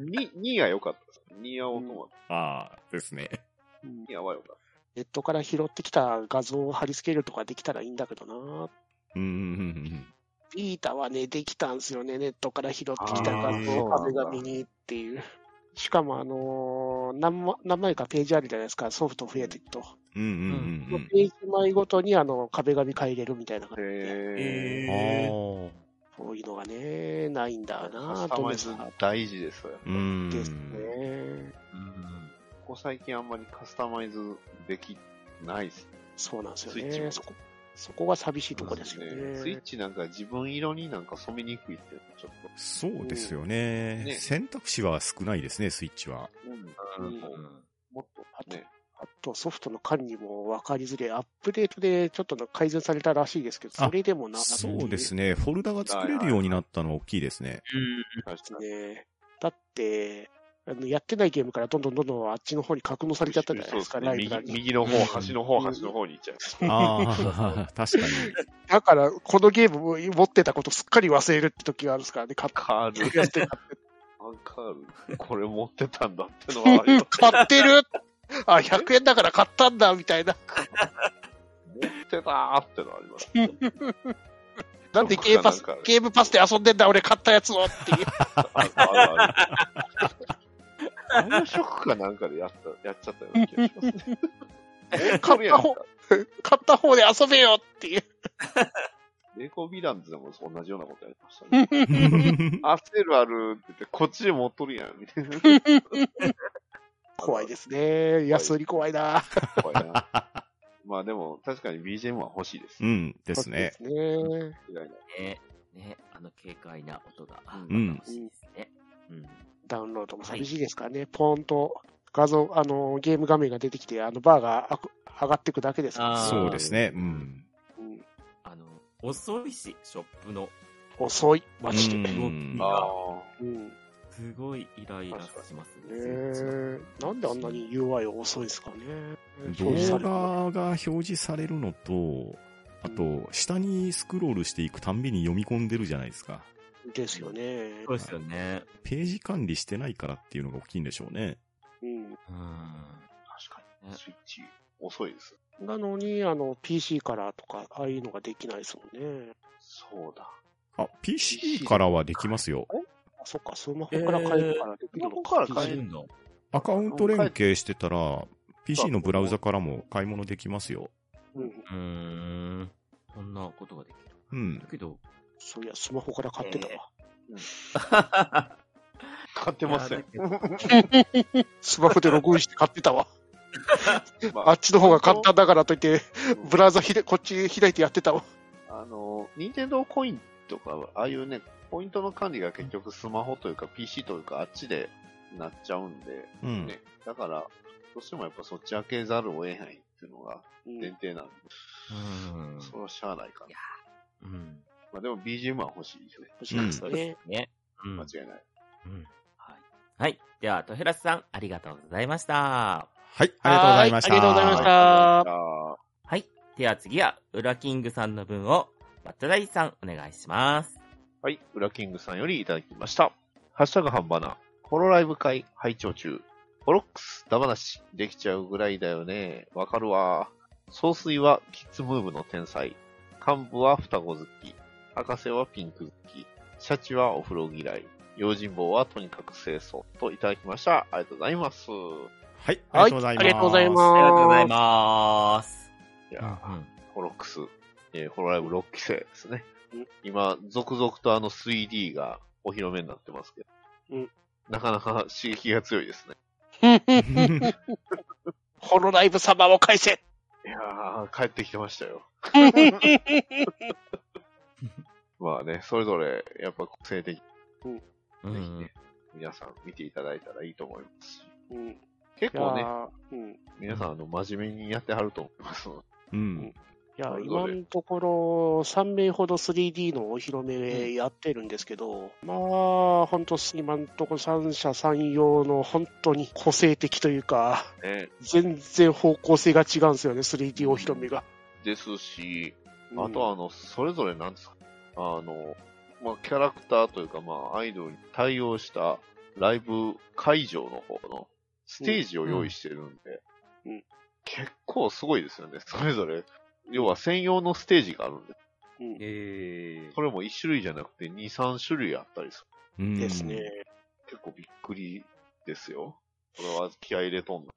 A: 2、2が良かったです。2は音も、
D: ああ、ですね。
A: 2は良かっ
B: ネットから拾ってきた画像を貼り付けるとかできたらいいんだけどな。
D: うんうん
B: ビータはね、できたんですよね。ネットから拾ってきた画
A: あー
B: 像
A: そう
B: を
A: なん
B: 壁
A: だ
B: 紙にっていう。しかも、あのー何も、何枚かページあるじゃないですか、ソフト増えていくと。
D: うんうん。うんうんうん
B: ページ枚ごとに、あの、壁紙変えれるみたいな感
A: た。
B: じで。
A: へ
D: あー
B: こういうのがね、ないんだ
A: ー。
B: な
A: カ
B: ぁ
A: ス
B: と
A: タマ
B: 思
A: イ
B: って
A: ズ
B: た
A: 大事ですよ。
D: うん。
B: ですね。
A: ここ最近あんまりカスタマイズできないですね。
B: そうなんですよ
A: スイッチ
B: ね。
A: も
B: そこ、そこが寂しいとこですよ
A: そうですねスイッ
B: ね。
A: チなんか自分色になんか染めにくいっていうのはちょっと、
D: そうですよね。
A: ね
D: 選択肢は少ないですね、スイッチは。
A: うん
C: うん
A: もっとね、
B: あとソフトの管理も分かりづれ、アップデートでちょっとな改善されたらしいですけど、
D: あ
B: それでもな、
D: そうですね。フォルダが作れるようになったのは大きいですね。
A: 確かに
B: ね。だって、あのやってないゲームからどんどんどんどんあっちの方に格納されちゃったじゃないですか、
A: そう
B: ラ
A: で
B: イ
A: す
B: ブラ
A: ね
B: リ
A: 右
B: に。
A: 右の方、
C: うん
A: 端の方、
B: うん
A: 端の方に 行っちゃう。
D: ああ、確かに。
B: だから、このゲームを持ってたことすっかり忘れるって時があるんですからね、 買っ
A: カール。
B: てやって
A: アンカール。これ持ってたんだってのはあるよ
B: 買ってるあ、100円だから買ったんだ、みたいな。
A: 持ってたーってのはありますね。
B: なんでゲームパス
A: なんか、
B: ゲームパスで遊んでんだ、俺買ったやつをっていう。
A: あるあるある。あのショックかなんかでやった、 やっちゃったような気がしますね。
B: 買った方、買った方で遊べよっていう。
A: レコビランズでも同じようなことやりましたね。焦るあるって言って、こっちで持っとるやん、みたいな。
B: 怖いですね。安売り怖いな。
A: 怖いな。まあでも、確かに BGM は欲しいです。
D: う
A: 間
D: ん、ですね。
B: そうですね
A: 違いない
C: ねね、あの軽快な音が、
A: うん
C: 楽しいですね。うん。
B: ダウンロードも寂しいですからね。ポーンと画像、あの、ゲーム画面が出てきて、あの、バーがあく上がっていくだけですから
C: あー
D: そうですね。うん。
B: うん
C: あの、遅いし、ショップの
B: 遅い。マジで。
D: う
B: ね
D: ん
A: ああ。
B: うんね
C: すごいイライラします
B: え
C: ね。
B: なんであんなに UI 遅いんですかね。
D: 動
B: 表示されるの
D: 画が表示されるのと、あと、下にスクロールしていくたんびに読み込んでるじゃないですか。
B: ですよね。
C: そうですよね。
D: ページ管理してないからっていうのが大きいんでしょうね。
B: うん
C: うん。
A: 確か
C: ね
A: に。スイッチ、遅いです。
B: なのに、あの、PC からとか、ああいうのができないですもんね。
A: そうだ。
D: あ、PC からはできますよ。
B: あそっか、スマホから変えるからできるのか。
A: えースマホから買える
C: の
D: アカウント連携してたら、PC のブラウザからも買い物できますよ。
B: うん。
C: うーん。こんなことができる。
D: うん
C: だ。けど、
B: そういや、スマホから買ってたわ。
A: 買ってません。
B: スマホでログインして買ってたわ。
A: ま
B: あっちの方が簡単だからといって、
A: うん
B: ブラウザひでこっち開いてやってたわ。
A: あの、任天堂コインとか、ああいうね、ポイントの管理が結局スマホというか PC というかあっちでなっちゃうんで、
D: うん。
A: ね。だから、どうしてもやっぱそっち開けざるを得ないっていうのが前提なんで、
C: うん。
A: それはしゃあないかな。
C: うん。
A: まあでも BGM は欲しいですね。
B: 欲しいです
C: そう
B: ね
C: で。すね。うん。
A: 間違いない。
C: うんはい。はい。では、トヘラスさん、ありがとうございました。
D: はい、ありがとうございました。
B: はいありがとうございました
A: あ
C: はい。では次は、ウラキングさんの分を、バッタダイさん、お願いします。
A: はい、ウラキングさんよりいただきました。ハッシュタグハンバナ、ホロライブ会拝聴中。ボロックス、ダバなし、できちゃうぐらいだよね。わかるわ。総帥はキッズムーブの天才。幹部は双子好き。博士はピンク好き。シャチはお風呂嫌い。用心棒はとにかく清掃。といただきました。ありがとうございます。
D: はい、あ
B: は
D: り
B: い、
D: が
B: あ
D: と
B: りが
D: う
B: とう
D: ご
B: ござい
D: ざいます。
B: ます。
C: ありがとうございます。
A: いや
C: う
A: ー、
C: ん
A: ホロックス、えーホロライブ6期生ですね
B: うん。
A: 今、続々とあの 3D がお披露目になってますけど、
B: うん
A: なかなか刺激が強いですね。
B: ホロライブ様を返せ。
A: いやー、帰ってきてましたよ。 まあね、それぞれ、やっぱ個性的
C: うんうん
A: 皆さん見ていただいたらいいと思いますし、
B: うんい
A: 結
B: や
A: 構ね、
B: ーうん
A: 皆さんあの真面目にやってはると思いますので
D: うん。
B: いや
A: それぞ
B: 今
A: れ
B: のところ3名ほど 3D のお披露目やってるんですけど、まあ、本当、今のところ三者三様の本当に個性的というか、
A: ね。
B: 全然方向性が違うんですよね、3D お披露目が。
A: ですし、
B: うん
A: あとはあの、それぞれなんですか、あの、まあ、キャラクターというか、まあ、アイドルに対応したライブ会場の方のステージを用意してるんで、
B: うんうん
A: 結構すごいですよね、それぞれ。要は専用のステージがあるんで、
B: うん
C: え
A: それも1種類じゃなくて2、3種類あったりす
D: うん
B: ですね。。
A: る。結構びっくりですよ。これは気合い入れとんだ。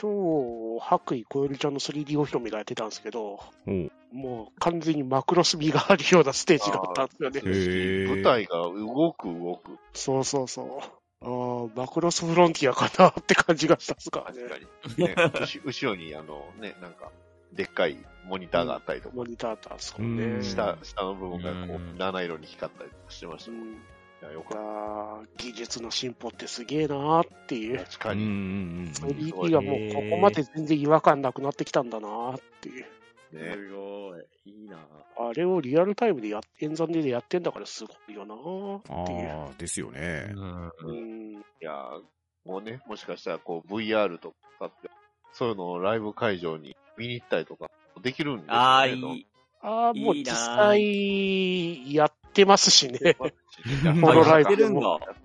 B: 今日、白衣小百合ちゃんの 3D お披露目がやってたんですけど、
D: おう
B: もう完全にマクロスミがあるようなステージだったんですよね
D: へ。ー
A: 舞台が動く動く。
B: そうそうそう。あーあ、マクロスフロンティアかなって感じがしたっすから
A: 確
B: ね
A: か。に。ね、後後ろに、あの、ね、なんか、でっかいモニターがあったりとか、
B: モニターあったんですもんね。
D: う
B: うんん、
A: 下、下の部分がこ
C: うん
A: う、七色に光ったりとかしてましたもん。い
B: い
A: や、よ
B: や
A: かっ
B: ー技術の進歩ってすげえなーってい
A: た。
B: う。
A: 確
D: うん
A: か
D: う
A: に。
D: んうんうん。
B: 3D がもうここまで全然違和感なくなってきたんだなーっていう。
A: ね。
C: ごい。いいな
B: あれをリアルタイムでやっ演算でやってんだからすごいよなーっていう。
D: ああ、ですよね。
B: う、
C: うん
A: いやー、もうね、もしかしたらこう VR とかって、そういうのをライブ会場に見に行ったりとかできるんですよね。
C: ああ、い
A: と思っ
C: い。
B: ああ、もう
C: いい
B: 実
C: な
B: 際やってますしね
A: て。ます し。
D: ホロ
A: ラ
B: ラ
A: イ
B: イブ
A: ブやってるん
C: も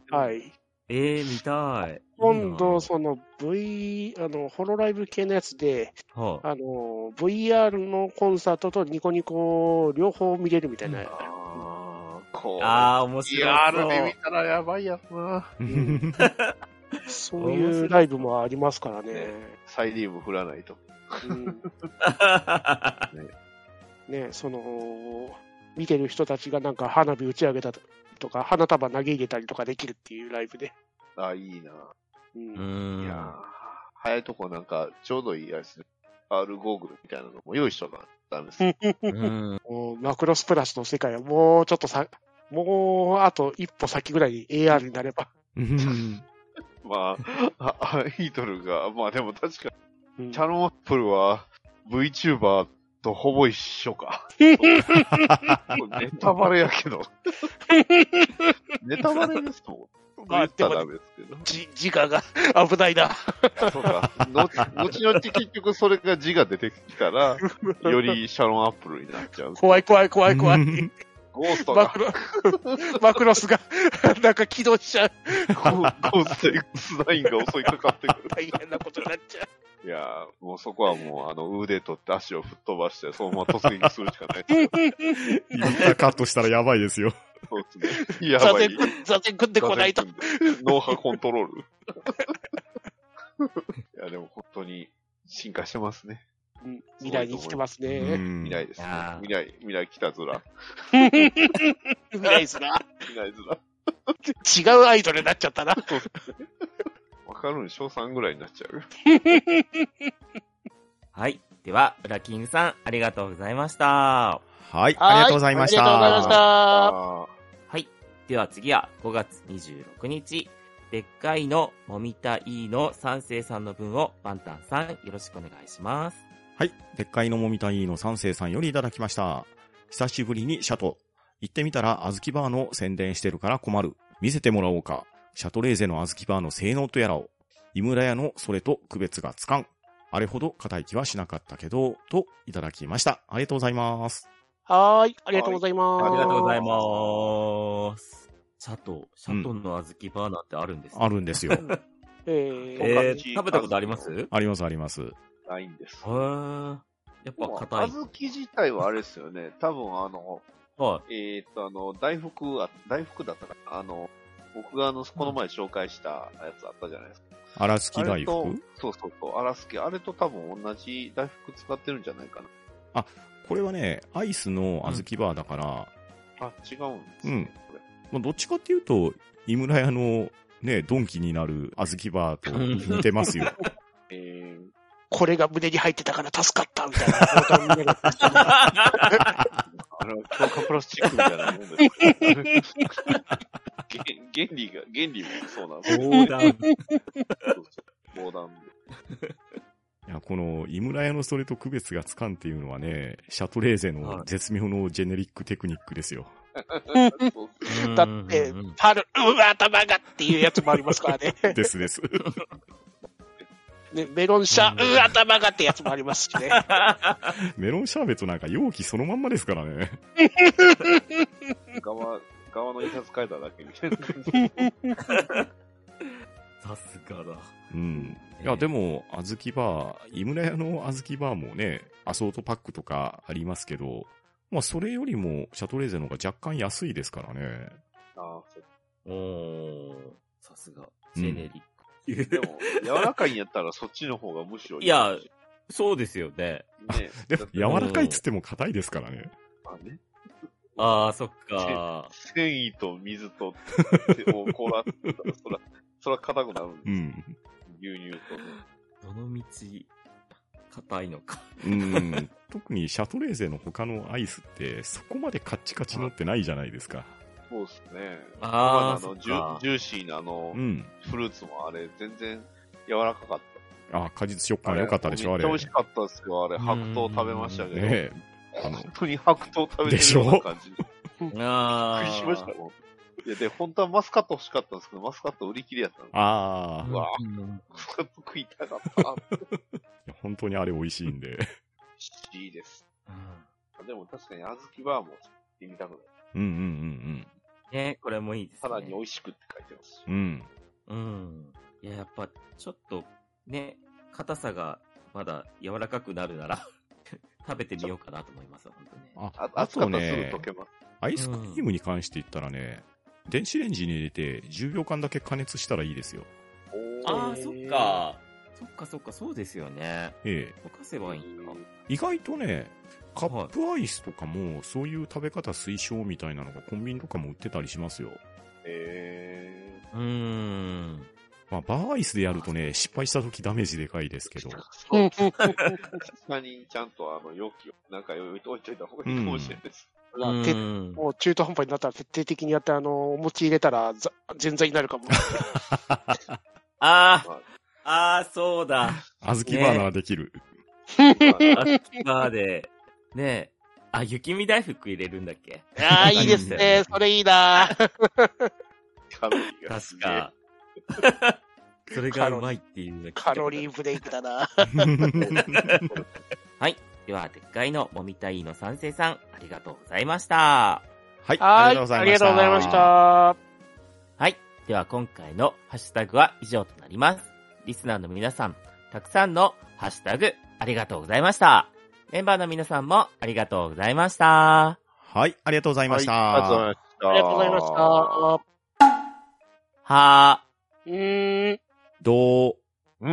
A: だ
B: は。
A: やってる
B: い。
C: ええ見たい。
B: 今
C: いい
B: 度、
C: な
B: その V、あの、ホロライブ系のやつで、
C: はあ
B: あの、VR のコンサートとニコニコ両方見れるみたいな。
A: あーこう。
C: ああ、面白い。
A: VR で見たらやばいやつな。
B: んそう
C: 面
B: い
C: 白いう
B: ライブもありますからね。
A: ねサイリウム振らないと。
B: うん、
C: あ
B: ね、その、見てる人たちがなんか花火打ち上げたとか、花束投げ入れたりとかできるっていうライブで。
A: ああ、いいな。
B: う。
C: うん
A: い
C: ん。
A: やー早いとこなんか、ちょうどいいやつね。R ゴーグルみたいなのも用意しとかなダメです。
C: うん。
B: もうマクロスプラスの世界はもうちょっとさ、もうあと一歩先ぐらいに AR になれば。
A: まあ、ああイートルが、まあでも確か
B: うん
A: に、チャロンアップルは VTuber とほぼ一緒か。ネタバレやけど。ネタバレですもん。
B: ま
A: 言
B: あ
A: ったらダメですけど。
B: じ、自我が 危ないな。
A: そうか。の後々結局それが字が出てきたら、よりシャロンアップルになっちゃう。
B: 怖い怖い怖い怖い。
A: ゴースト
B: マ
A: が
B: ク、ロ、マクロスが、 なんか起動しちゃう。
A: ゴースト X9 が襲いかかってくる。
B: 大変なことになっちゃ
A: いやー、もうそこはもう、あの、腕取って足を吹っ飛ばして、そのまま突撃するしかない。
D: 今カットしたらやばいですよ。
A: そうですね。
B: う。
A: や
B: 座
A: ば
B: 禅
A: い。、
B: 座禅組んでこないと。
A: 脳波コントロール。いや、でも本当に進化してますね。
B: うん未来に生きてますね。
A: 未来です
C: い
A: ね
C: や。ー
A: 未来、未来来たずら。
B: 未来すな。
A: 未来ずら。
B: 違うアイドルになっちゃったな。
A: わかるん、小3ぐらいになっちゃう。
C: はい。では、ブラキングさん、ありがとうございました。
D: はい、ありがとうございました。
B: ありがとうございました。
A: あ
C: はい。では次は5月26日。でっかいのもみたいの三世さんの分をバンタンさんよろしくお願いします。
D: はい。でっかいのもみたいの三世さんよりいただきました。久しぶりにシャト。行ってみたら、あずきバーの宣伝してるから困る。見せてもらおうか。シャトレーゼのあずきバーの性能とやらを。井村屋のそれと区別がつかん。あれほど硬い気はしなかったけど、といただきました。ありがとうございます。
B: はーい。ありがとうございます。
A: はいありがとうござい
C: ます。シャト、シャトのあずきバーナーってあるんですか、
D: あるん ですよ。
B: え
A: うん
B: ー、
C: え
A: トンカチ
C: ー、食べたことありますへ
D: ありますあります。
A: あ、ないんです。
C: えー。やっぱ硬
A: あ
C: い。
A: ずき自体はあれですよね。多分あの、
C: は
A: えー、っと、あの、大福あ、大福だったかなあの、僕があの、この前紹介したやつあったじゃないですか。
D: あらつき
A: あれ
D: 大
A: と
D: 福、
A: そうそうそう、アラスキ、あれと多分同じ大福使ってるんじゃないか
D: これはね、アイスのあずきバーだから、
A: な。あ、違うんですね、
D: うん
A: これ
D: まあ、どっちかっていうと、井村屋のね、ドンキになるあずきバーと似てますよ。
A: えー、
B: これが胸に入ってたから助かったみたいな状態になる。
A: あれは強化プラスチックみたいなも んですよ原原理が、原理もそうなんです
C: い。
A: よ
C: 横断。
A: そうそう横断
D: いや、この、井村屋のそれと区別がつかんっていうのはね、シャトレーゼの絶妙のジェネリックテクニックですよ。
A: で。そう
B: だって、パル、うわ、頭がっていうやつもありますから ね。
D: ですです。
B: ねメロンシャ、
C: う
B: うんわ、頭がってやつもありますしね。
D: メロンシャーベットなんか容器そのまんまですからね。
A: 側、側の印刷変えただけみ たいな感じ。
C: さすがだ。
D: うん。いや、でも、あずきバー、井村屋のあずきバーもね、アソートパックとかありますけど、まあ、それよりも、シャトレーゼの方が若干安いですからね。
A: あーそう
C: おー、さすが。ジェネリック。
A: でも、柔らかいんやったらそっちの方がむしろい
C: いや、そうですよね。
A: ね、
D: でも、
A: や
D: 柔らかいっつっても硬いですからね。
A: ね、
C: ああ、そっか。
A: 繊維と水と、を凍らせたら、そら、それは硬くなるん
D: う
A: で
D: ん。
A: 牛乳とね。
C: どの道、硬いのか。
D: うん。特にシャトレーゼの他のアイスって、そこまでカッチカチのってないじゃないですか。
A: そうですね。
C: あー
A: まあの
C: そっ
A: ジュ
C: か
A: ジューシーなあの、
D: うん。
A: フルーツもあれ、全然柔らかかった。
D: あ、果実食感良かったでしょ、あれ。
A: めっちゃ美味しかったですよ、あれ。
C: うん
A: 白桃食べましたけど。
D: ねえあの
A: 本当に白桃食べてるような感じで。びっ
C: あ
A: くりしましたもん。いや、で、本当はマスカット欲しかったんですけど、マスカット売り切れやったんで
D: あ
A: う
D: あ、
A: わマスカット食いたかったな。
D: いや本当にあれ美味しいんで。
A: いいです。でも確かに、あずきバーも作ってみたくない。
D: うんうん
C: ね、これもいいですね。
A: さらに美味しくって書いてます
D: うんうん。うん。
C: うん。いや、やっぱ、ちょっと、ね、硬さがまだ柔らかくなるなら、 食べてみようかなと思います、本当ね。
D: あ、
A: あ
D: あ
A: 熱か
D: と
A: ったらすぐ
D: ね
A: 溶、けます。
D: アイスクリームに関して言ったらね、電子レンジに入れて10秒間だけ加熱したらいいですよ。
C: ああ、そっ。か。そっかそっか、そうですよね。
D: ええ。
C: 溶かせばいいんだ。
D: 意外とね、カップアイスとかも、そういう食べ方推奨みたいなのがコンビニとかも売ってたりしますよ。
A: え
C: うーん。
D: まあ、バーアイスでやるとね、失敗した時ダメージでかいですけど。
A: そう下にちゃんとあの容器をなんか置いといた方がいいかもしれないです。
C: う
B: まあて
C: ん
B: もう中途半端になったら徹底的にやって、あの、お餅入れたら、ざ全然になるか も。
C: あ
A: ま
C: あ、ああ、そうだ。
D: あずきバーナーできる。
A: あ
C: あっち側で。ねえ。あ、雪見大福入れるんだっけ
B: ああ、いいです
D: ありま
B: ね。それいいな。
A: カロリーがす
C: 確
A: げえ
C: か。それがうまいっていうんだ
B: カロリーブレイクだな。
C: では、でっかいのもみたいの三世さん、ありがとうございました。
D: はい、
B: はい、ありがとうございました。
C: はい。では、今回のハッシュタグは以上となります。リスナーの皆さん、たくさんのハッシュタグ、ありがとうございました。メンバーの皆さんも、ありがとうございました。
D: はい、ありがとうございました。
A: はい
B: あ
A: あ
B: りがとう
A: りがとう
B: ご
A: ご
B: ざ
A: ざ
B: い
A: い
B: ま
A: ま
B: し。
A: した
C: は
B: うーん、
D: どう、
A: うん。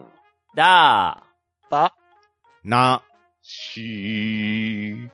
C: ー、だー。
B: ば、
D: な、
A: しー。